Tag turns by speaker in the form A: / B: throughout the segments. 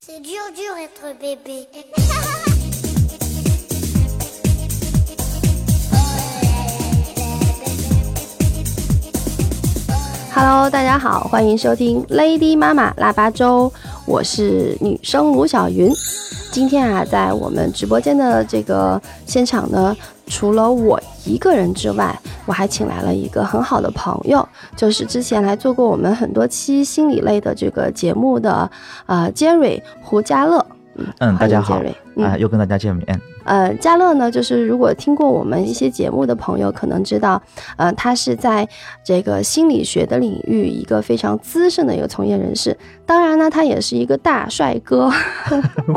A: C'est dur, dur être bébé.
B: Hello，大家好，欢迎收听 Lady 妈妈腊八粥，我是女生卢小云。今天啊，在我们直播间的这个现场呢，除了我一个人之外，我还请来了一个很好的朋友，就是之前来做过我们很多期心理类的这个节目的呃 Jerry 胡家乐。
C: 嗯，大家好，
B: 欢迎
C: 啊、
B: Jerry 嗯
C: 又跟大家见面。
B: 呃，家乐呢，就是如果听过我们一些节目的朋友，可能知道，呃，他是在这个心理学的领域一个非常资深的一个从业人士。当然呢，他也是一个大帅哥。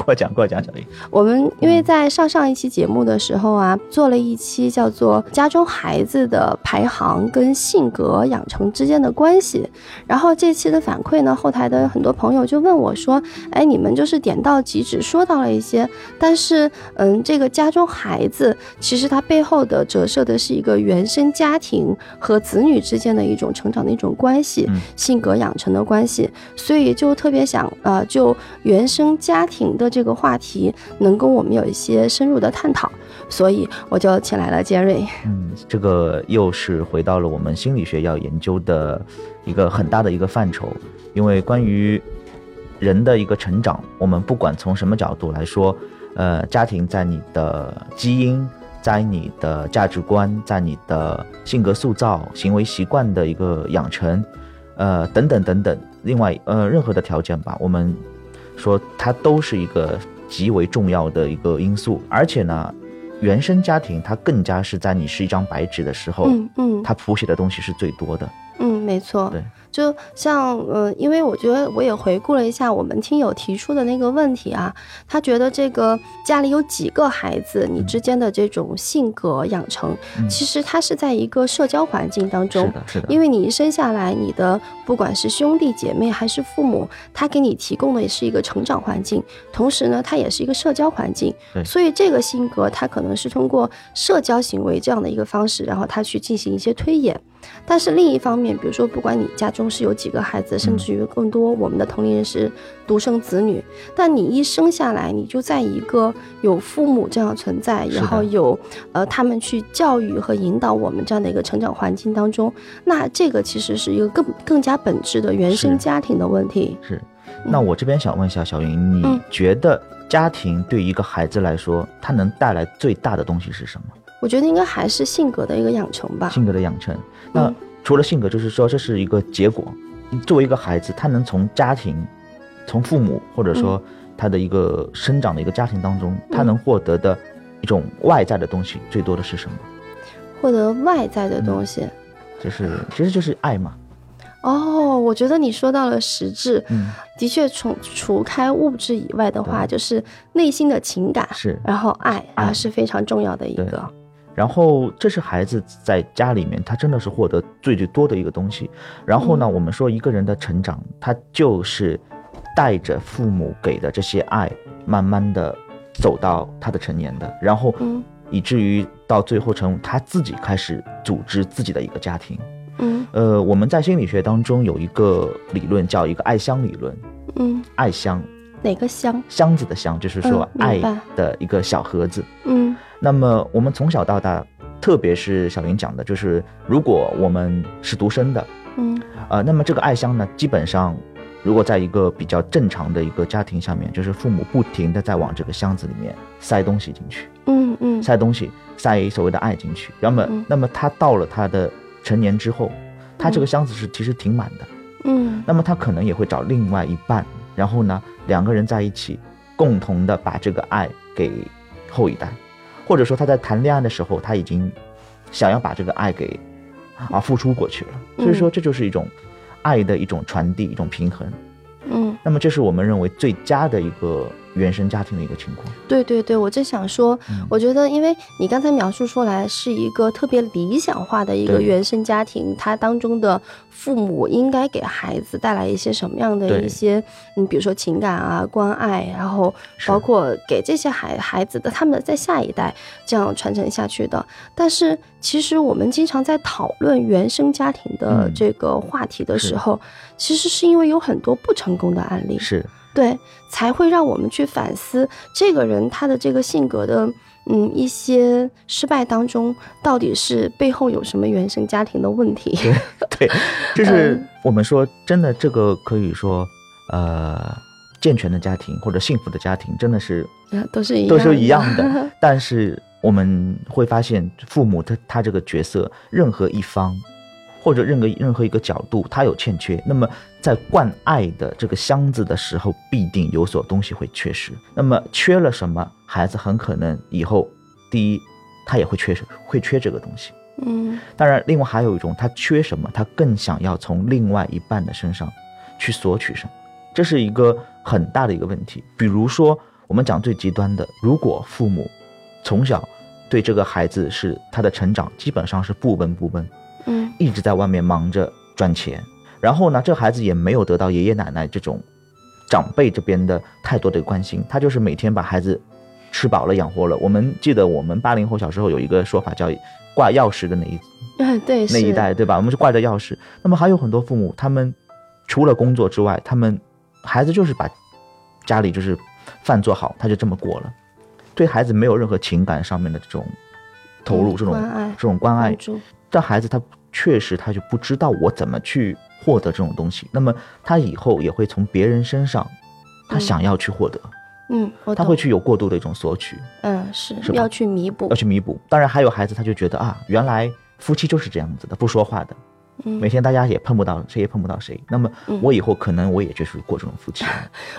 C: 过奖过奖，小林。
B: 我们因为在上上一期节目的时候啊，做了一期叫做《家中孩子的排行跟性格养成之间的关系》，然后这期的反馈呢，后台的很多朋友就问我说：“哎，你们就是点到即止，说到了一些，但是嗯，这个家中孩子其实它背后的折射的是一个原生家庭和子女之间的一种成长的一种关系，
C: 嗯
B: 性格养成的关系，所以就特别想呃，就原生家庭的这个话题，能跟我们有一些深入的探讨，所以我就请来了杰瑞。
C: 嗯，这个又是回到了我们心理学要研究的一个很大的一个范畴，因为关于人的一个成长，我们不管从什么角度来说，呃，家庭在你的基因、在你的价值观、在你的性格塑造、行为习惯的一个养成，呃，等等等等，另外呃，任何的条件吧，我们说它都是一个极为重要的一个因素，而且呢，原生家庭它更加是在你是一张白纸的时候，
B: 嗯嗯
C: 它谱写的东西是最多的。
B: 嗯，没错
C: 对。
B: 就像呃，因为我觉得我也回顾了一下我们听友提出的那个问题啊，他觉得这个家里有几个孩子，你之间的这种性格养成，
C: 嗯
B: 其实它是在一个社交环境当中
C: 是。的，是的，
B: 因为
C: 为
B: 你一生下来，你的不管是兄弟姐妹还是父母，他给你提供的是一个成长环境，同时呢，它也是一个社交环境。
C: 对
B: 所以这个性格，它可能是通过社交行为这样的一个方式，然后他去进行一些推演。但是另一方面，比如说，不管你家中是有几个孩子，甚
C: 嗯
B: 至于更多，我们的同龄人是独生子女，但你一生下来，你就在一个有父母这样的存在，
C: 是的
B: 然后有呃他们去教育和引导我们这样的一个成长环境当中，那这个其实是一个更更加本质的原生
C: 是
B: 家庭的问题。
C: 是。那我这边想问一下小云，你
B: 嗯
C: 觉得家庭对于一个孩子来说，它能带来最大的东西是什么？
B: 我觉得应该还是性格的一个养成吧。
C: 性格的养成。那
B: 啊嗯
C: 除了性格，就是说这是一个结果。作为一个孩子，他能从家庭、从父母，或者说他的一个生长的一个家庭当中，他能获得的一种外在的东西，最多的是什么？
B: 获得外在的东西。
C: 就是其实就是爱嘛。
B: 哦，我觉得你说到了实质，
C: 嗯，
B: 的确除除开物质以外的话，就是内心的情感，
C: 是。
B: 然后爱
C: 爱
B: 啊是非常重要的一个。
C: 然后这是孩子在家里面，他真的是获得最最多的一个东西。然后呢，
B: 嗯
C: 我们说一个人的成长，他就是带着父母给的这些爱，慢慢的走到他的成年的，然后
B: 嗯
C: 以至于到最后成他自己开始组织自己的一个家庭。
B: 嗯
C: 呃，我们在心理学当中有一个理论叫一个爱箱理论，
B: 嗯，
C: 爱箱
B: 哪个香？
C: 箱子的箱，就是说
B: 嗯
C: 爱
B: 明白
C: 的一个小盒子。
B: 嗯
C: 那么我们从小到大，特别是小云讲的，就是如果我们是独生的，
B: 嗯
C: 呃，那么这个爱箱呢，基本上如果在一个比较正常的一个家庭下面，就是父母不停的在往这个箱子里面塞东西进去，
B: 嗯嗯
C: 塞东西，塞所谓的爱进去。那么
B: 嗯，
C: 那么他到了他的成年之后，他这个箱子是其实挺满的。
B: 嗯
C: 那么他可能也会找另外一半，然后呢，两个人在一起，共同的把这个爱给后一代，或者说他在谈恋爱的时候，他已经想要把这个爱给啊付出过去了。所以说，这就是一种爱的一种传递，一种平衡。
B: 嗯。
C: 那么，这是我们认为最佳的一个原生家庭的一个情况。
B: 对对对，我正想说，
C: 嗯
B: 我觉得因为你刚才描述出来是一个特别理想化的一个
C: 对
B: 原生家庭，它当中的父母应该给孩子带来一些什么样的
C: 对
B: 一些，嗯，比如说情感啊、关爱，然后
C: 是
B: 包括给这些孩孩子的他们的在下一代这样传承下去的。但是其实我们经常在讨论原生家庭的
C: 嗯
B: 这个话题的时
C: 是
B: 候，其实是因为有很多不成功的案例，
C: 是
B: 对，才会让我们去反思这个人他的这个性格的，嗯，一些失败当中到底是背后有什么原生家庭的问题。
C: 对，就是我们说真的，这个可以说，呃，健全的家庭或者幸福的家庭，真的是
B: 啊都是一
C: 都是一
B: 样
C: 样的。但是我们会发现，父母他他这个角色，任何一方或者任何任何一个角度，他有欠缺，那么在灌爱的这个箱子的时候，必定有所东西会缺失。那么缺了什么，孩子很可能以后第一，他也会缺失，会缺这个东西。
B: 嗯
C: 当然，另外还有一种，他缺什么，他更想要从另外一半的身上去索取什么，这是一个很大的一个问题。比如说，我们讲最极端的，如果父母从小对这个孩子是他的成长基本上是不闻不问，
B: 嗯
C: 一直在外面忙着赚钱，然后呢，这孩子也没有得到爷爷奶奶这种长辈这边的太多的关心，他就是每天把孩子吃饱了养活了。我们记得我们八零后小时候有一个说法叫“挂钥匙”的那一
B: 哎对
C: 那一
B: 是
C: 代，对吧？我们是挂着钥匙。那么还有很多父母，他们除了工作之外，他们孩子就是把家里就是饭做好，他就这么过了，对孩子没有任何情感上面的这种投入，
B: 嗯
C: 这种
B: 关爱嗯
C: 这种关爱
B: 关，注
C: 但孩子他确实他就不知道我怎么去获得这种东西，那么他以后也会从别人身上，他
B: 嗯
C: 想要去获得，
B: 嗯我
C: 他
B: 懂
C: 会去有过度的一种索取，
B: 嗯是
C: 是吧
B: 要去弥补
C: 要去弥补。当然还有孩子他就觉得啊，原来夫妻就是这样子的，不说话的，
B: 嗯
C: 每天大家也碰不到谁也碰不到谁，那么
B: 嗯
C: 我以后可能我也就是过这种夫妻了，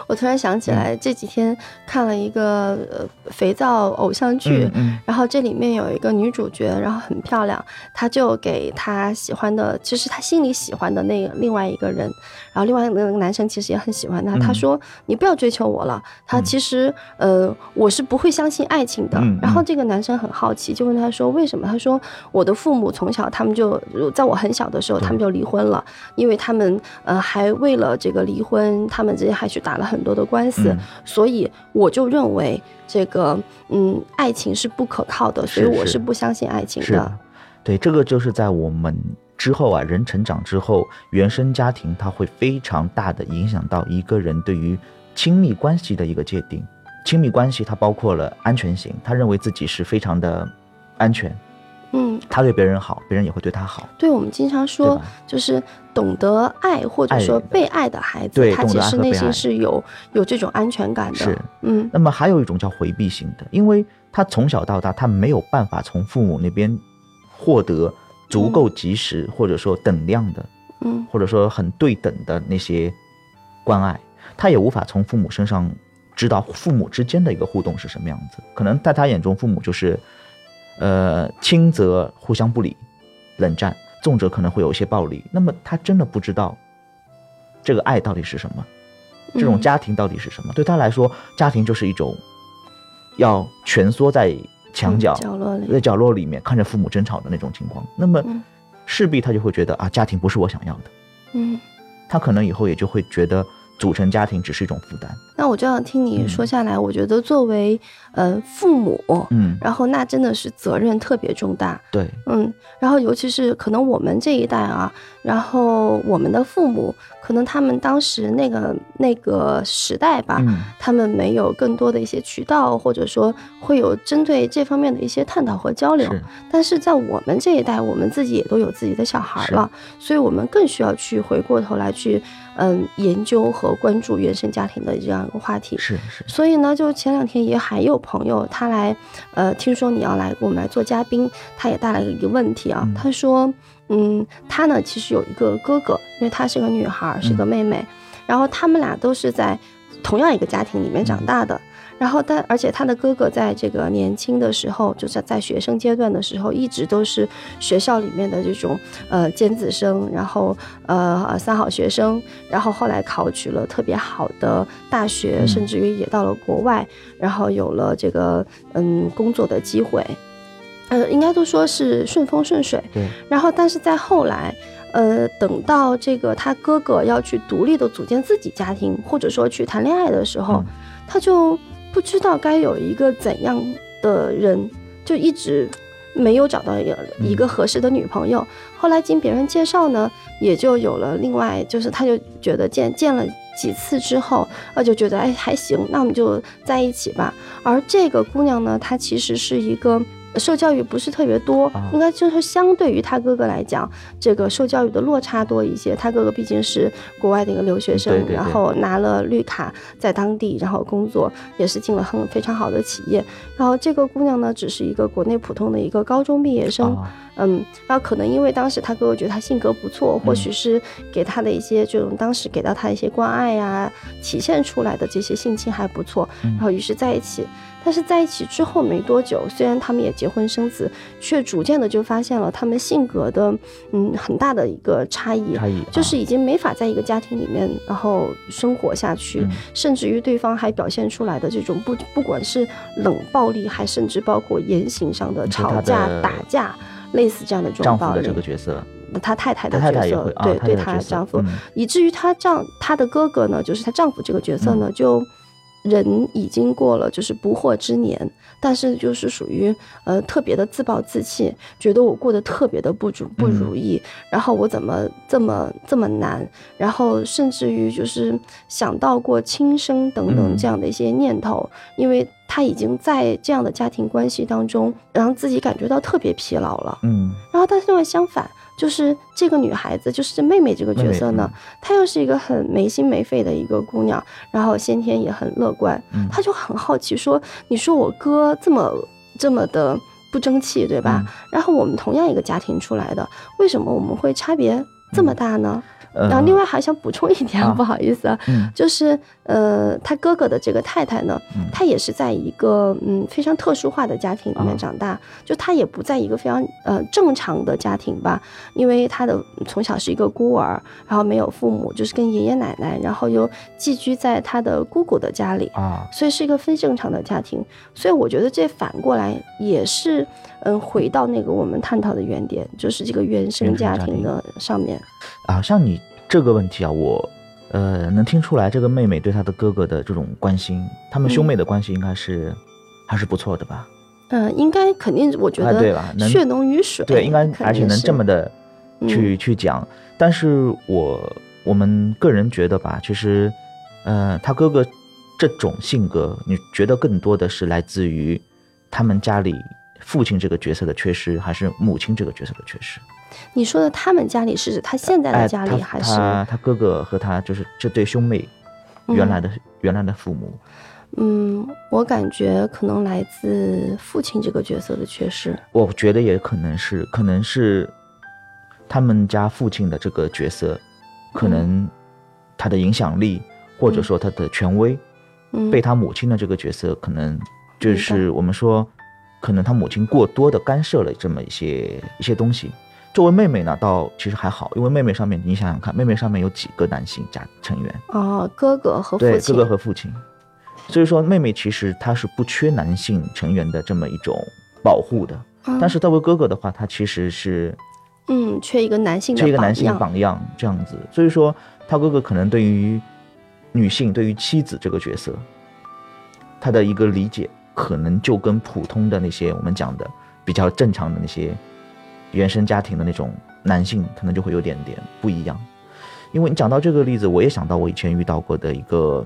B: 我突然想
C: 嗯
B: 起来这几天看了一个呃肥皂偶像剧。
C: 嗯嗯
B: 然后这里面有一个女主角，然后很漂亮，她就给她喜欢的，其实她心里喜欢的那个另外一个人，然后另外那个男生其实也很喜欢她。
C: 嗯
B: 她说：“你不要追求我了。”她
C: 嗯
B: 其实呃，我是不会相信爱情的。
C: 嗯嗯
B: 然后这个男生很好奇，就问她说：“为什么？”她说：“我的父母从小他们就在我很小的时候他们就离婚了，因为他们呃还为了这个离婚，他们之间还去打了很多的官司。
C: 嗯
B: 所以我就认为这个嗯，爱情是不可靠的，所
C: 是
B: 以我
C: 是
B: 是不相信爱情
C: 是的，对，这个就是在我们之后啊，人成长之后，原生家庭它会非常大的影响到一个人对于亲密关系的一个界定。亲密关系它包括了安全型，他认为自己是非常的安全，
B: 嗯，
C: 他对别人好，别人也会对他好，
B: 对，我们经常
C: 对
B: 说
C: 吧？
B: 就是懂得爱或者
C: 爱
B: 说
C: 的
B: 被爱的孩子，
C: 对
B: 他
C: 懂
B: 其
C: 得爱
B: 实
C: 和
B: 内
C: 被爱
B: 心是有有这种安全感的。
C: 是，
B: 嗯
C: 那么还有一种叫回避型的，因为他从小到大他没有办法从父母那边获得足够及时、或者说等量的
B: 嗯
C: 或者说很对等的那些关爱，他也无法从父母身上知道父母之间的一个互动是什么样子。可能在他眼中，父母就是，呃，轻则互相不理、冷战，重则可能会有一些暴力。那么他真的不知道这个爱到底是什么，这种
B: 嗯
C: 家庭到底是什么。对他来说，家庭就是一种要蜷缩在墙角、
B: 嗯角落里，
C: 在角落里面看着父母争吵的那种情况。那么
B: 嗯
C: 势必他就会觉得啊，家庭不是我想要的。
B: 嗯。
C: 他可能以后也就会觉得组成家庭只是一种负担。
B: 那我这样听你
C: 嗯
B: 说下来，我觉得作为呃父母，
C: 嗯，
B: 然后那真的是责任特别重大。
C: 对，
B: 嗯，然后尤其是可能我们这一代啊，然后我们的父母，可能他们当时那个那个时代吧，
C: 嗯，
B: 他们没有更多的一些渠道，或者说会有针对这方面的一些探讨和交流。
C: 是
B: 但是在我们这一代，我们自己也都有自己的小孩
C: 是
B: 了，所以我们更需要去回过头来去，嗯，研究和关注原生家庭的这样一个话题。
C: 是是，
B: 所以呢，就前两天也还有朋友他来，呃，听说你要来我们来做嘉宾，他也带来了一个问题啊，
C: 嗯
B: 他说，嗯，他呢其实有一个哥哥，因为她是个女孩，是
C: 嗯
B: 个妹妹，然后他们俩都是在同样一个家庭里面
C: 嗯
B: 长大的。然后但而且他的哥哥在这个年轻的时候，就是在学生阶段的时候，一直都是学校里面的这种呃尖子生，然后呃三好学生，然后后来考取了特别好的大学，
C: 嗯
B: 甚至于也到了国外，然后有了这个嗯工作的机会，呃，应该都说是顺风顺水。
C: 对，
B: 然后，但是在后来，呃，等到这个他哥哥要去独立的组建自己家庭，或者说去谈恋爱的时候，
C: 嗯
B: 他就不知道该有一个怎样的人，就一直没有找到一个、
C: 嗯
B: 一个合适的女朋友。后来经别人介绍呢，也就有了另外，就是他就觉得见见了几次之后，呃，就觉得哎还行，那我们就在一起吧。而这个姑娘呢，她其实是一个。受教育不是特别多
C: 啊，
B: 应该就是相对于她哥哥来讲，这个受教育的落差多一些。她哥哥毕竟是国外的一个留学生，
C: 对对对
B: 然后拿了绿卡在当地，然后工作也是进了很非常好的企业。然后这个姑娘呢，只是一个国内普通的一个高中毕业生，
C: 啊，
B: 嗯，然后可能因为当时他哥哥觉得他性格不错，或许是给他的一些这种当时给到他一些关爱呀、体现出来的这些性情还不错，
C: 嗯
B: 然后于是在一起。但是在一起之后没多久，虽然他们也结婚生子，却逐渐的就发现了他们性格的嗯很大的一个差异，
C: 差异
B: 就是
C: 啊
B: 已经没法在一个家庭里面然后生活下去，
C: 嗯
B: 甚至于对方还表现出来的这种不不管是冷暴力，还甚至包括言行上的
C: 你说
B: 吵
C: 她
B: 架
C: 的、
B: 打架，类似这样的这种
C: 丈夫
B: 暴
C: 的
B: 力
C: 这。个角色，
B: 他太太的
C: 她太太
B: 角
C: 也
B: 色
C: 会，啊，
B: 对
C: 她
B: 对，
C: 的
B: 她
C: 角色
B: 丈夫，
C: 嗯
B: 以至于她丈她的哥哥呢，就是她丈夫这个角色
C: 嗯
B: 呢，就人已经过了就是不惑之年，但是就是属于呃特别的自暴自弃，觉得我过得特别的不如不如
C: 嗯
B: 意，然后我怎么这么这么难，然后甚至于就是想到过轻生等等
C: 嗯
B: 这样的一些念头，因为。她已经在这样的家庭关系当中，让自己感觉到特别疲劳了。
C: 嗯，
B: 然后但是另外相反，就是这个女孩子，就是妹妹这个角色呢，
C: 妹妹嗯
B: 她又是一个很没心没肺的一个姑娘，然后先天也很乐观，
C: 嗯
B: 她就很好奇说：“你说我哥这么这么的不争气，对吧？
C: 嗯
B: 然后我们同样一个家庭出来的，为什么我们会差别这么大呢？”
C: 嗯
B: 然后另
C: 呃
B: 外还想补充一点，
C: 啊
B: 不好意思啊，
C: 嗯
B: 就是呃，他哥哥的这个太太呢，
C: 嗯
B: 她也是在一个嗯非常特殊化的家庭里
C: 啊
B: 面长大，就她也不在一个非常呃正常的家庭吧，因为她的从小是一个孤儿，然后没有父母，就是跟爷爷奶奶，然后又寄居在她的姑姑的家里。
C: 啊，
B: 所以是一个非正常的家庭，所以我觉得这反过来也是，嗯，回到那个我们探讨的原点，就是这个原生
C: 原生
B: 家
C: 家
B: 庭
C: 庭
B: 的上面，
C: 啊，像你这个问题啊，我呃能听出来，这个妹妹对她的哥哥的这种关心，他们兄
B: 嗯
C: 妹的关系应该是、还是不错的吧？
B: 嗯、应该肯定，我觉
C: 啊，对
B: 得
C: 吧？能
B: 血浓于水，
C: 对，应该
B: 肯
C: 而且
B: 定
C: 能
B: 是嗯
C: 这么的去、去讲，但是我我们个人觉得吧，其实呃，他哥哥这种性格，你觉得更多的是来自于他们家里父亲这个角色的缺失，还是母亲这个角色的缺失？
B: 你说的他们家里是指他现在
C: 哎，
B: 的家
C: 他
B: 里，还是、
C: 他他哥哥和他就是这对兄妹，原来的、原来的父母
B: 嗯，我感觉可能来自父亲这个角色的缺失。
C: 我觉得也可能是，可能是他们家父亲的这个角色，可
B: 嗯
C: 能他的影响力、或者说他的权威，
B: 嗯，
C: 被他母亲的这个角色，可能就是我们说，可能他母亲过多的干涉了这么一些一些东西。作为妹妹呢，倒其实还好，因为妹妹上面你想想看，妹妹上面有几个男性家成员，
B: 哦，哥哥和父
C: 对
B: 亲，
C: 哥哥和父亲，所以说妹妹其实她是不缺男性成员的这么一种保护的。
B: 嗯
C: 但是作为哥哥的话，他其实是
B: 嗯，缺一个男性的
C: 这一个
B: 榜
C: 男性
B: 样
C: 榜样这样子，所以说他哥哥可能对于女性、对于妻子这个角色，他的一个理解可能就跟普通的那些我们讲的比较正常的那些原生家庭的那种男性，可能就会有点点不一样。因为你讲到这个例子，我也想到我以前遇到过的一个，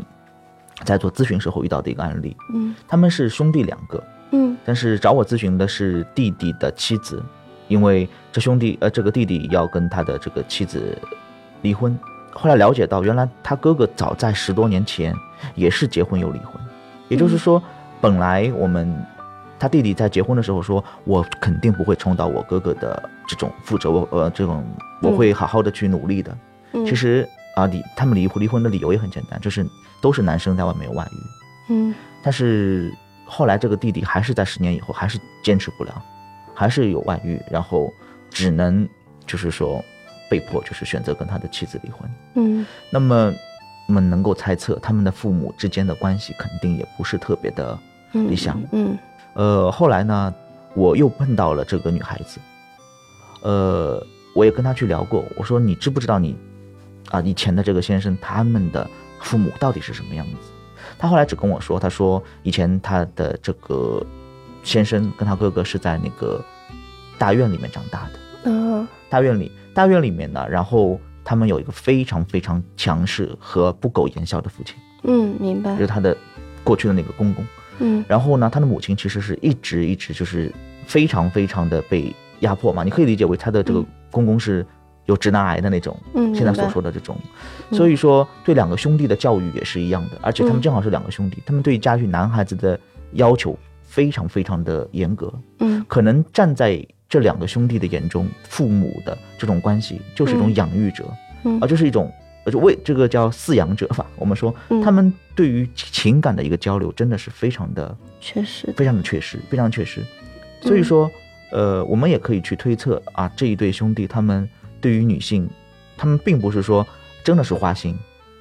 C: 在做咨询时候遇到的一个案例，
B: 嗯
C: 他们是兄弟两个，
B: 嗯
C: 但是找我咨询的是弟弟的妻子，因为这兄弟呃这个弟弟要跟他的这个妻子离婚。后来了解到，原来他哥哥早在十多年前也是结婚又离婚，也就是说，本来我们他弟弟在结婚的时候说，我肯定不会重蹈我哥哥的这种覆辙，我呃这种我会好好的去努力的。
B: 嗯，
C: 其实啊离他们离婚离婚的理由也很简单，就是都是男生在外面有外遇。
B: 嗯
C: 但是后来这个弟弟还是在十年以后还是坚持不了，还是有外遇，然后只能就是说被迫就是选择跟他的妻子离婚。
B: 嗯
C: 那么我们能够猜测，他们的父母之间的关系肯定也不是特别的。
B: 嗯，
C: 理想
B: 嗯
C: 呃，后来呢，我又碰到了这个女孩子，呃，我也跟她去聊过，我说你知不知道你啊以前的这个先生他们的父母到底是什么样子？她后来只跟我说，她说以前她的这个先生跟她哥哥是在那个大院里面长大的，
B: 嗯
C: 大院里大院里面呢，然后他们有一个非常非常强势和不苟言笑的父亲，
B: 嗯，明白
C: 就，是他的过去的那个公公。
B: 嗯
C: 然后呢，他的母亲其实是一直一直就是非常非常的被压迫嘛，你可以理解为他的这个
B: 嗯
C: 公公是有直男癌的那种，
B: 嗯，
C: 现在
B: 明
C: 所
B: 白
C: 说的这种，
B: 嗯
C: 所以说对两个兄弟的教育也是一样的，而且他们正好是两个兄弟，
B: 嗯
C: 他们对家里男孩子的要求非常非常的严格，
B: 嗯
C: 可能站在这两个兄弟的眼中，父母的这种关系就是一种
B: 嗯
C: 养育者，
B: 嗯
C: 而就是一种。呃就为这个叫饲养者吧，我们说
B: 嗯
C: 他们对于情感的一个交流真的是非常的
B: 确实，
C: 非常的确实，非常确实。所以说，
B: 嗯
C: 呃，我们也可以去推测啊，这一对兄弟他们对于女性，他们并不是说真的是花心，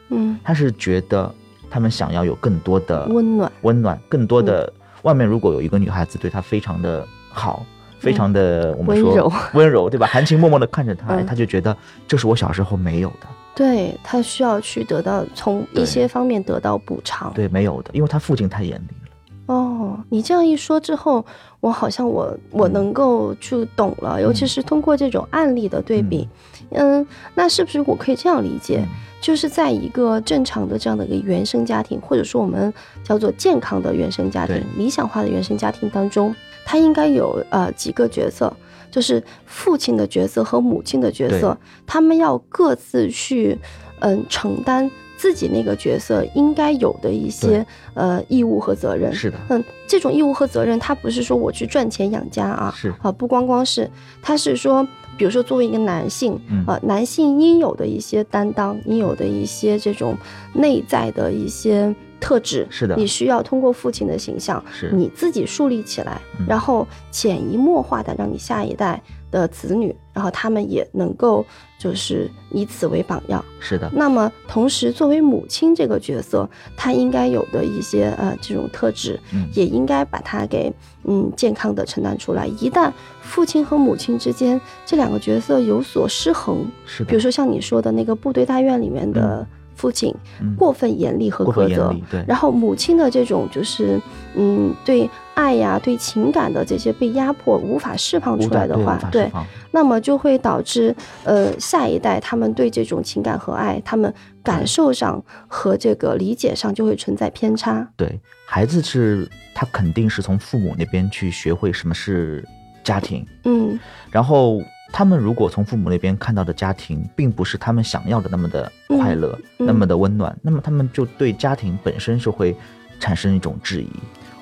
B: 嗯，
C: 他是觉得他们想要有更多的
B: 温嗯暖，
C: 温暖，更多的、外面如果有一个女孩子对他非常的好。非常的，我们
B: 嗯
C: 说
B: 温柔
C: 温柔，对吧？含情脉脉的看着他，
B: 嗯
C: 他就觉得这是我小时候没有的，
B: 对他需要去得到从一
C: 对
B: 些方面得到补偿。
C: 对，没有的，因为他父亲太严厉了。
B: 哦，你这样一说之后，我好像我我
C: 嗯
B: 能够去懂了，尤其
C: 嗯
B: 是通过这种案例的对比，嗯那是不是我可以这样理解，
C: 嗯
B: 就是在一个正常的这样的一个原生家庭，或者说我们叫做健康的原生家庭
C: 对、
B: 理想化的原生家庭当中，它应该有呃几个角色，就是父亲的角色和母亲的角色，他们要各自去嗯、承担。自己那个角色应该有的一些
C: 对
B: 呃义务和责任，
C: 是的，
B: 嗯，这种义务和责任，它不是说我去赚钱养家啊，
C: 是
B: 啊，不光光是，它是说，比如说作为一个男性，
C: 嗯
B: 呃，男性应有的一些担当，应有的一些这种内在的一些特质，
C: 是的
B: 你需要通过父亲的形象，
C: 是
B: 你自己树立起来，
C: 嗯
B: 然后潜移默化的让你下一代的子女，然后他们也能够就是以此为榜样。
C: 是的，
B: 那么，同时作为母亲这个角色，她应该有的一些呃这种特质，
C: 嗯
B: 也应该把它给嗯健康的承担出来。一旦父亲和母亲之间这两个角色有所失衡，
C: 是的。
B: 比如说像你说的那个部队大院里面的父亲、
C: 嗯
B: 过分严厉和
C: 过分
B: 苛责
C: 严厉，，对，
B: 然后母亲的这种就是嗯对爱呀、对情感的这些被压迫无法释放
C: 无
B: 出来的
C: 法对
B: 话
C: 无法，
B: 对
C: 释，放
B: 那么就会导致呃下一代他们对这种情感和爱，他们感受上和这个理解上就会存在偏差。
C: 对，孩子是他肯定是从父母那边去学会什么是家庭，
B: 嗯
C: 然后他们如果从父母那边看到的家庭并不是他们想要的那么的快乐，
B: 嗯
C: 那么的温暖，那么他们就对家庭本身就会产生一种质疑。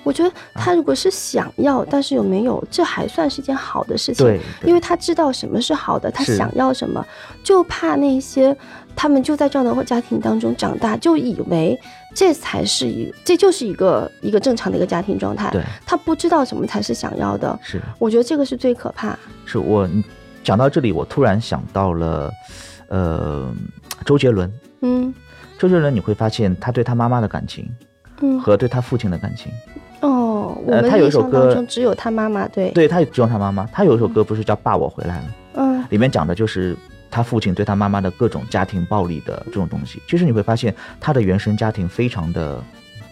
B: 我觉得
C: 嗯
B: 他如果是想要，但是有没有，这还算是件好的事情。
C: 对对
B: 因为他知道什么是好的，他
C: 是
B: 想要什么，就怕那些他们就在这样的家庭当中长大，就以为这才是一，这就是一个一个正常的一个家庭状态。
C: 对，
B: 他不知道什么才是想要的，
C: 是
B: 我觉得这个是最可怕。
C: 是我你讲到这里，我突然想到了，呃，周杰伦。
B: 嗯
C: 周杰伦，你会发现他对他妈妈的感情
B: 嗯。
C: 和对他父亲的感情，
B: 哦，我
C: 呃
B: 们
C: 他有一
B: 印
C: 首
B: 象
C: 歌
B: 当中只有他妈妈，对，
C: 对他也只有他妈妈。他有一首歌不是叫《爸，我回来了》吗？
B: 嗯
C: 里面讲的就是他父亲对他妈妈的各种家庭暴力的这种东西。其实你会发现，他的原生家庭非常的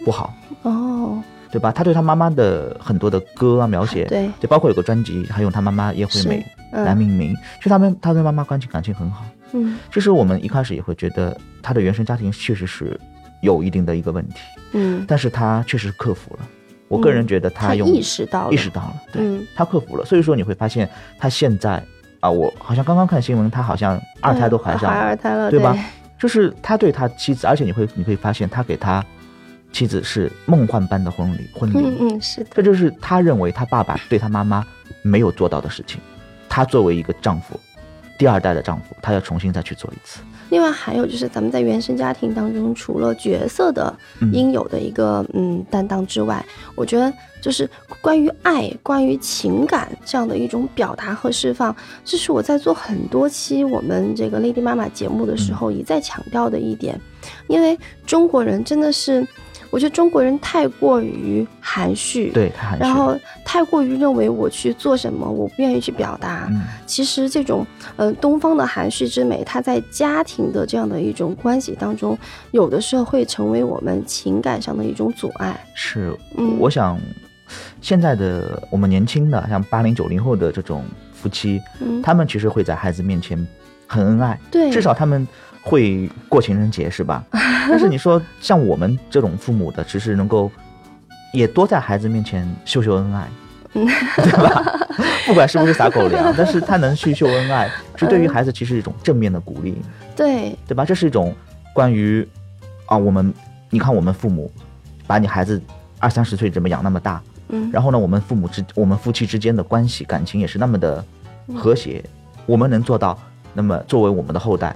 C: 不好，
B: 哦，
C: 对吧？他对他妈妈的很多的歌啊描写，
B: 对，
C: 包括有个专辑，还有他妈妈叶惠
B: 是
C: 美、蓝
B: 嗯
C: 明明，其实他们他对妈妈关系感情很好。
B: 嗯
C: 其实我们一开始也会觉得他的原生家庭确实是有一定的一个问题，
B: 嗯，
C: 但是他确实克服了。我个人
B: 嗯
C: 觉得
B: 他
C: 用
B: 意识到了，
C: 意识到了，对，
B: 嗯
C: 他克服了。所以说你会发现他现在啊，我好像刚刚看新闻，他好像二胎都怀
B: 嗯
C: 上
B: 怀
C: 了，
B: 二胎了，
C: 对
B: 对
C: 吧？就是他对他妻子，而且你会你会发现他给他妻子是梦幻般的婚礼婚
B: 嗯
C: 礼，
B: 嗯，是的，
C: 这就是他认为他爸爸对他妈妈没有做到的事情。他作为一个丈夫，第二代的丈夫，他要重新再去做一次。
B: 另外还有就是，咱们在原生家庭当中，除了角色的
C: 嗯
B: 应有的一个嗯担当之外，我觉得就是关于爱、关于情感这样的一种表达和释放，这是我在做很多期我们这个 Lady 妈妈节目的时候一再强调的一点，因为中国人真的是，我觉得中国人太过于含蓄，，
C: 对他还是
B: 然后太过于认为我去做什么，我不愿意去表达，
C: 嗯
B: 其实这种呃东方的含蓄之美，它在家庭的这样的一种关系当中，有的时候会成为我们情感上的一种阻碍。
C: 是
B: 嗯，
C: 我想现在的我们年轻的像八零九零后的这种夫妻，
B: 嗯
C: 他们其实会在孩子面前很恩爱，
B: 对，
C: 至少他们会过情人节是吧？ 但是你说像我们这种父母的，其实能够也多在孩子面前秀秀恩爱， 对吧？不管是不是撒狗粮，但是他能去秀恩爱，是对于孩子其实是一种正面的鼓励，
B: 对
C: 对吧？这是一种关于啊，我们你看我们父母把你孩子二三十岁怎么养那么大，
B: 嗯，
C: 然后呢，我们父母之我们夫妻之间的关系感情也是那么的
B: 嗯
C: 和谐，我们能做到，那么作为我们的后代，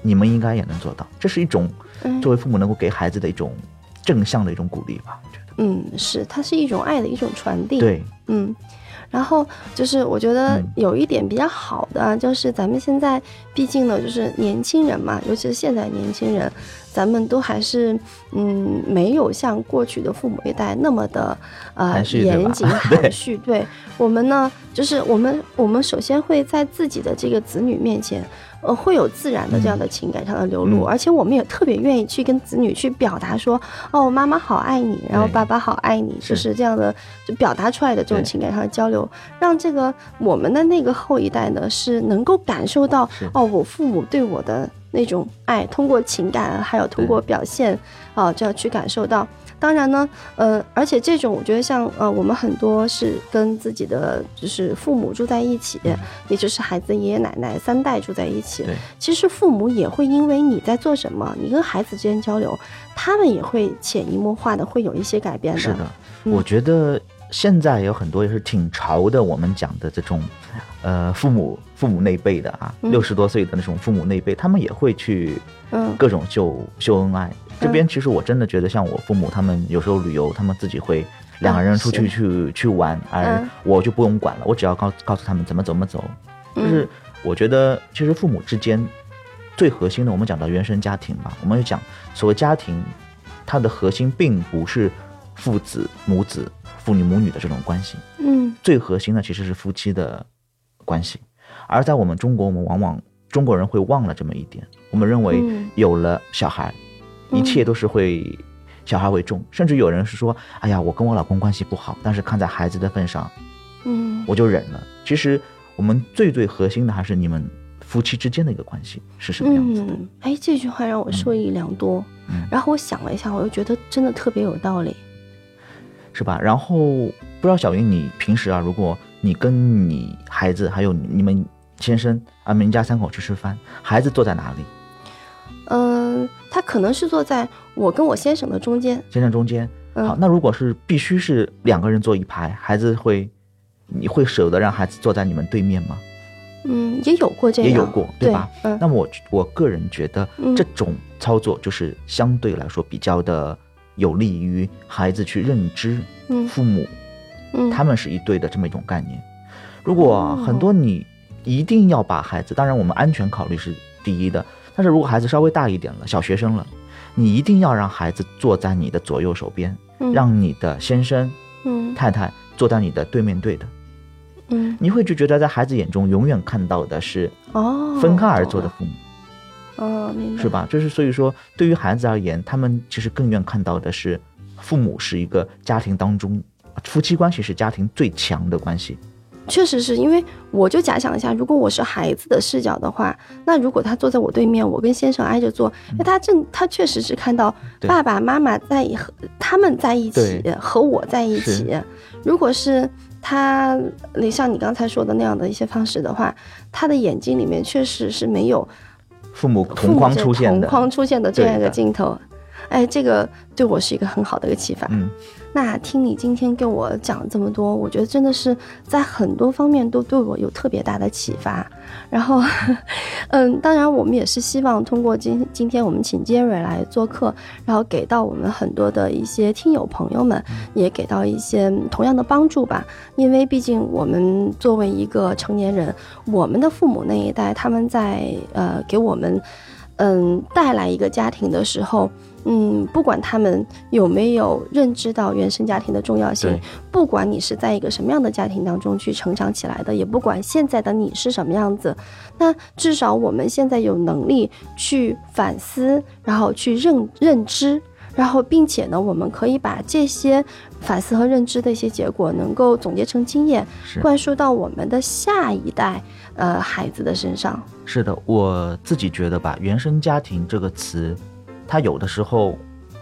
C: 你们应该也能做到，这是一种
B: 嗯
C: 作为父母能够给孩子的一种正向的一种鼓励吧，我觉得。
B: 嗯，是，它是一种爱的一种传递。，
C: 对，
B: 嗯。然后就是，我觉得
C: 嗯
B: 有一点比较好的啊，就是咱们现在毕竟呢，就是年轻人嘛，尤其是现在年轻人，咱们都还是嗯，没有像过去的父母一代那么的呃
C: 含蓄对吧
B: 严 谨含蓄。对我们呢，就是我们我们首先会在自己的这个子女面前，呃，会有自然的这样的情感上的流露，
C: 嗯
B: 而且我们也特别愿意去跟子女去表达说，哦，妈妈好爱你，然后
C: 对
B: 爸爸好爱你，就是是这样的，就表达出来的这种
C: 对
B: 情感上的交流，让这个我们的那个后一代呢，是能够感受到
C: 是
B: 哦，我父母对我的那种爱，通过情感还有通过表现啊、这样去感受到。当然呢，呃，而且这种我觉得像呃，我们很多是跟自己的就是父母住在一起，也就是孩子爷爷奶奶三代住在一起
C: 嗯对。
B: 其实父母也会因为你在做什么，你跟孩子之间交流，他们也会潜移默化的会有一些改变的。
C: 是的，
B: 嗯
C: 我觉得现在有很多也是挺潮的，我们讲的这种，呃，父母父母那辈的啊，
B: 嗯
C: 六十多岁的那种父母那辈，他们也会去
B: 嗯
C: 各种秀秀恩爱。这边其实我真的觉得，像我父母他们有时候旅游，他们自己会两个人出去去去玩，而
B: 嗯
C: 我就不用管了，我只要告告诉他们怎么怎么走。
B: 嗯
C: 就是我觉得，其实父母之间最核心的，我们讲到原生家庭嘛，我们就讲所谓家庭，它的核心并不是父子、母子、父女母女的这种关系，
B: 嗯
C: 最核心的其实是夫妻的关系。而在我们中国，我们往往中国人会忘了这么一点，我们认为
B: 嗯
C: 有了小孩，一切都是会小孩为重，甚至有人是说：“哎呀，我跟我老公关系不好，但是看在孩子的份上，
B: 嗯
C: 我就忍了。”其实我们最最核心的还是你们夫妻之间的一个关系是什么样子的。
B: 嗯，哎，这句话让我受益良多。
C: 嗯
B: 然后我想了一下，我又觉得真的特别有道理。
C: 是吧？然后不知道小云，你平时啊，如果你跟你孩子还有你们先生啊，你们一家三口去吃饭，孩子坐在哪里？
B: 嗯，他可能是坐在我跟我先生的中间。
C: 先生中间。
B: 嗯
C: 好，那如果是必须是两个人坐一排，孩子会，你会舍得让孩子坐在你们对面吗？
B: 嗯，也有过这样，
C: 也有过，
B: 对
C: 吧？
B: 嗯
C: 那么我我个人觉得
B: 嗯
C: 这种操作就是相对来说比较的有利于孩子去认知
B: 嗯
C: 父母
B: 嗯，
C: 他们是一对的这么一种概念。如果
B: 哦
C: 很多你一定要把孩子，当然我们安全考虑是第一的，但是如果孩子稍微大一点了，小学生了，你一定要让孩子坐在你的左右手边，
B: 嗯
C: 让你的先生
B: 嗯
C: 太太坐在你的对面对的，
B: 嗯
C: 你会就觉得在孩子眼中永远看到的是
B: 哦，
C: 分开而坐的
B: 懂
C: 父母，
B: 了，哦，明白
C: 是？吧？就是所以说，对于孩子而言，他们其实更愿看到的是父母是一个家庭当中。夫妻关系是家庭最强的关系，
B: 确实是因为我就假想一下，如果我是孩子的视角的话，那如果他坐在我对面，我跟先生挨着坐，那他正他确实是看到
C: 嗯对
B: 爸爸妈妈在一和他们在一起
C: 对
B: 和我在一起。如果是他你像你刚才说的那样的一些方式的话，他的眼睛里面确实是没有
C: 父母
B: 父母
C: 同框
B: 这
C: 出现
B: 同
C: 的，
B: 框出现的这样一
C: 对
B: 个
C: 的
B: 镜头。哎，这个对我是一个很好的一个启发。
C: 嗯，
B: 那听你今天跟我讲这么多，我觉得真的是在很多方面都对我有特别大的启发。然后， 嗯，当然我们也是希望通过今今天我们请杰瑞来做客，然后给到我们很多的一些听友朋友们，也给到一些同样的帮助吧。因为毕竟我们作为一个成年人，我们的父母那一代，他们在呃给我们嗯带来一个家庭的时候，嗯，不管他们有没有认知到原生家庭的重要性
C: 对，
B: 不管你是在一个什么样的家庭当中去成长起来的，也不管现在的你是什么样子，那至少我们现在有能力去反思，然后去认认知。然后并且呢，我们可以把这些反思和认知的一些结果，能够总结成经验，
C: 是
B: 灌输到我们的下一代呃孩子的身上。
C: 是的，我自己觉得吧，原生家庭这个词，它有的时候，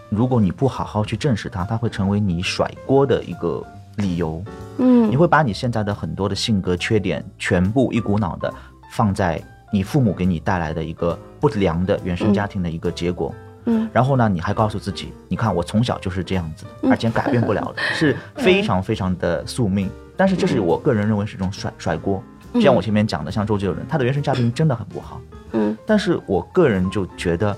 C: 如果你不好好去正视它，它会成为你甩锅的一个理由。
B: 嗯
C: 你会把你现在的很多的性格缺点全部一股脑的放在你父母给你带来的一个不良的原生家庭的一个结果。
B: 嗯
C: 然后呢，你还告诉自己，你看我从小就是这样子的，而且改变不了的，是非常非常的宿命。但是这是我个人认为是一种甩甩锅，就像我前面讲的，像周杰伦，他的原生家庭真的很不好。
B: 嗯
C: 但是我个人就觉得，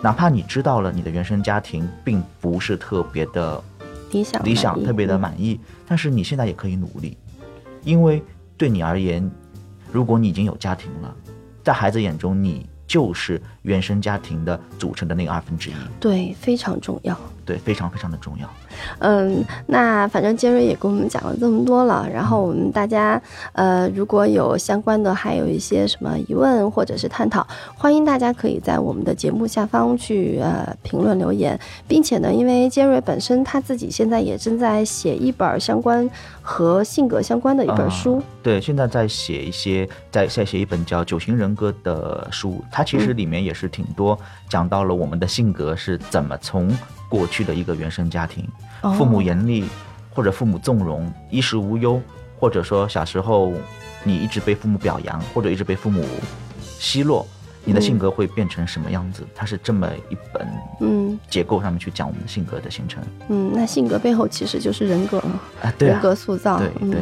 C: 哪怕你知道了你的原生家庭并不是特别的
B: 理想
C: 理想
B: 满意
C: 特别的
B: 嗯
C: 满意，但是你现在也可以努力，因为对你而言，如果你已经有家庭了，在孩子眼中你就是原生家庭的组成的那个二分之一，
B: 对非常重要。
C: 对，非常非常的重要。
B: 嗯，那反正杰瑞也跟我们讲了这么多了，然后我们大家呃，如果有相关的还有一些什么疑问或者是探讨，欢迎大家可以在我们的节目下方去呃评论留言，并且呢，因为杰瑞本身他自己现在也正在写一本相关和性格相关的一本书，
C: 啊对，现在在写一些，在在写一本叫《九型人格》的书，它其
B: 嗯
C: 实里面也是挺多讲到了我们的性格是怎么从过去的一个原生家庭，
B: 哦
C: 啊父母严厉或者父母纵容，衣食无忧，或者说小时候你一直被父母表扬，或者一直被父母奚落。你的性格会变成什么样子？它是这么一本
B: 嗯
C: 结构上面去讲我们的性格的形成
B: 嗯，那性格背后其实就是人格嘛，
C: 啊，对
B: 人
C: 啊，
B: 格塑造，
C: 对
B: 嗯
C: 对，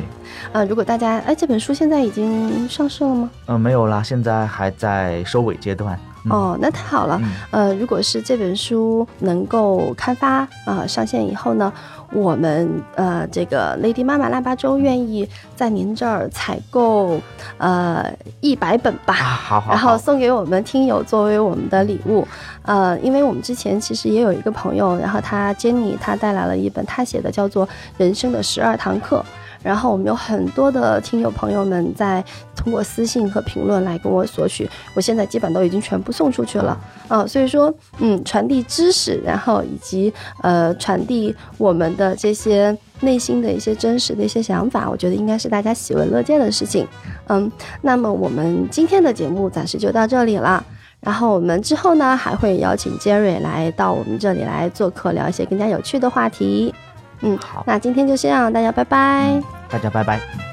B: 呃，如果大家哎这本书现在已经上市了吗？
C: 嗯，没有啦，现在还在收尾阶段。嗯，
B: 哦，那太好了。
C: 嗯
B: 呃，如果是这本书能够刊发啊、上线以后呢，我们呃这个 Lady 妈妈腊八粥愿意在您这儿采购呃一百本吧。
C: 啊，好好
B: 然后
C: 好，
B: 送给我们听友作为我们的礼物，呃，因为我们之前其实也有一个朋友，然后他 Jenny 她带来了一本她写的叫做《人生的十二堂课》，然后我们有很多的听友朋友们在通过私信和评论来跟我索取，我现在基本都已经全部送出去了，啊，所以说，嗯，传递知识，然后以及呃传递我们的这些内心的一些真实的一些想法，我觉得应该是大家喜闻乐见的事情，嗯，那么我们今天的节目暂时就到这里了。然后我们之后呢，还会邀请 Jerry 来到我们这里来做客，聊一些更加有趣的话题。嗯
C: 好，
B: 那今天就这样，大家拜拜。
C: 大家拜拜。嗯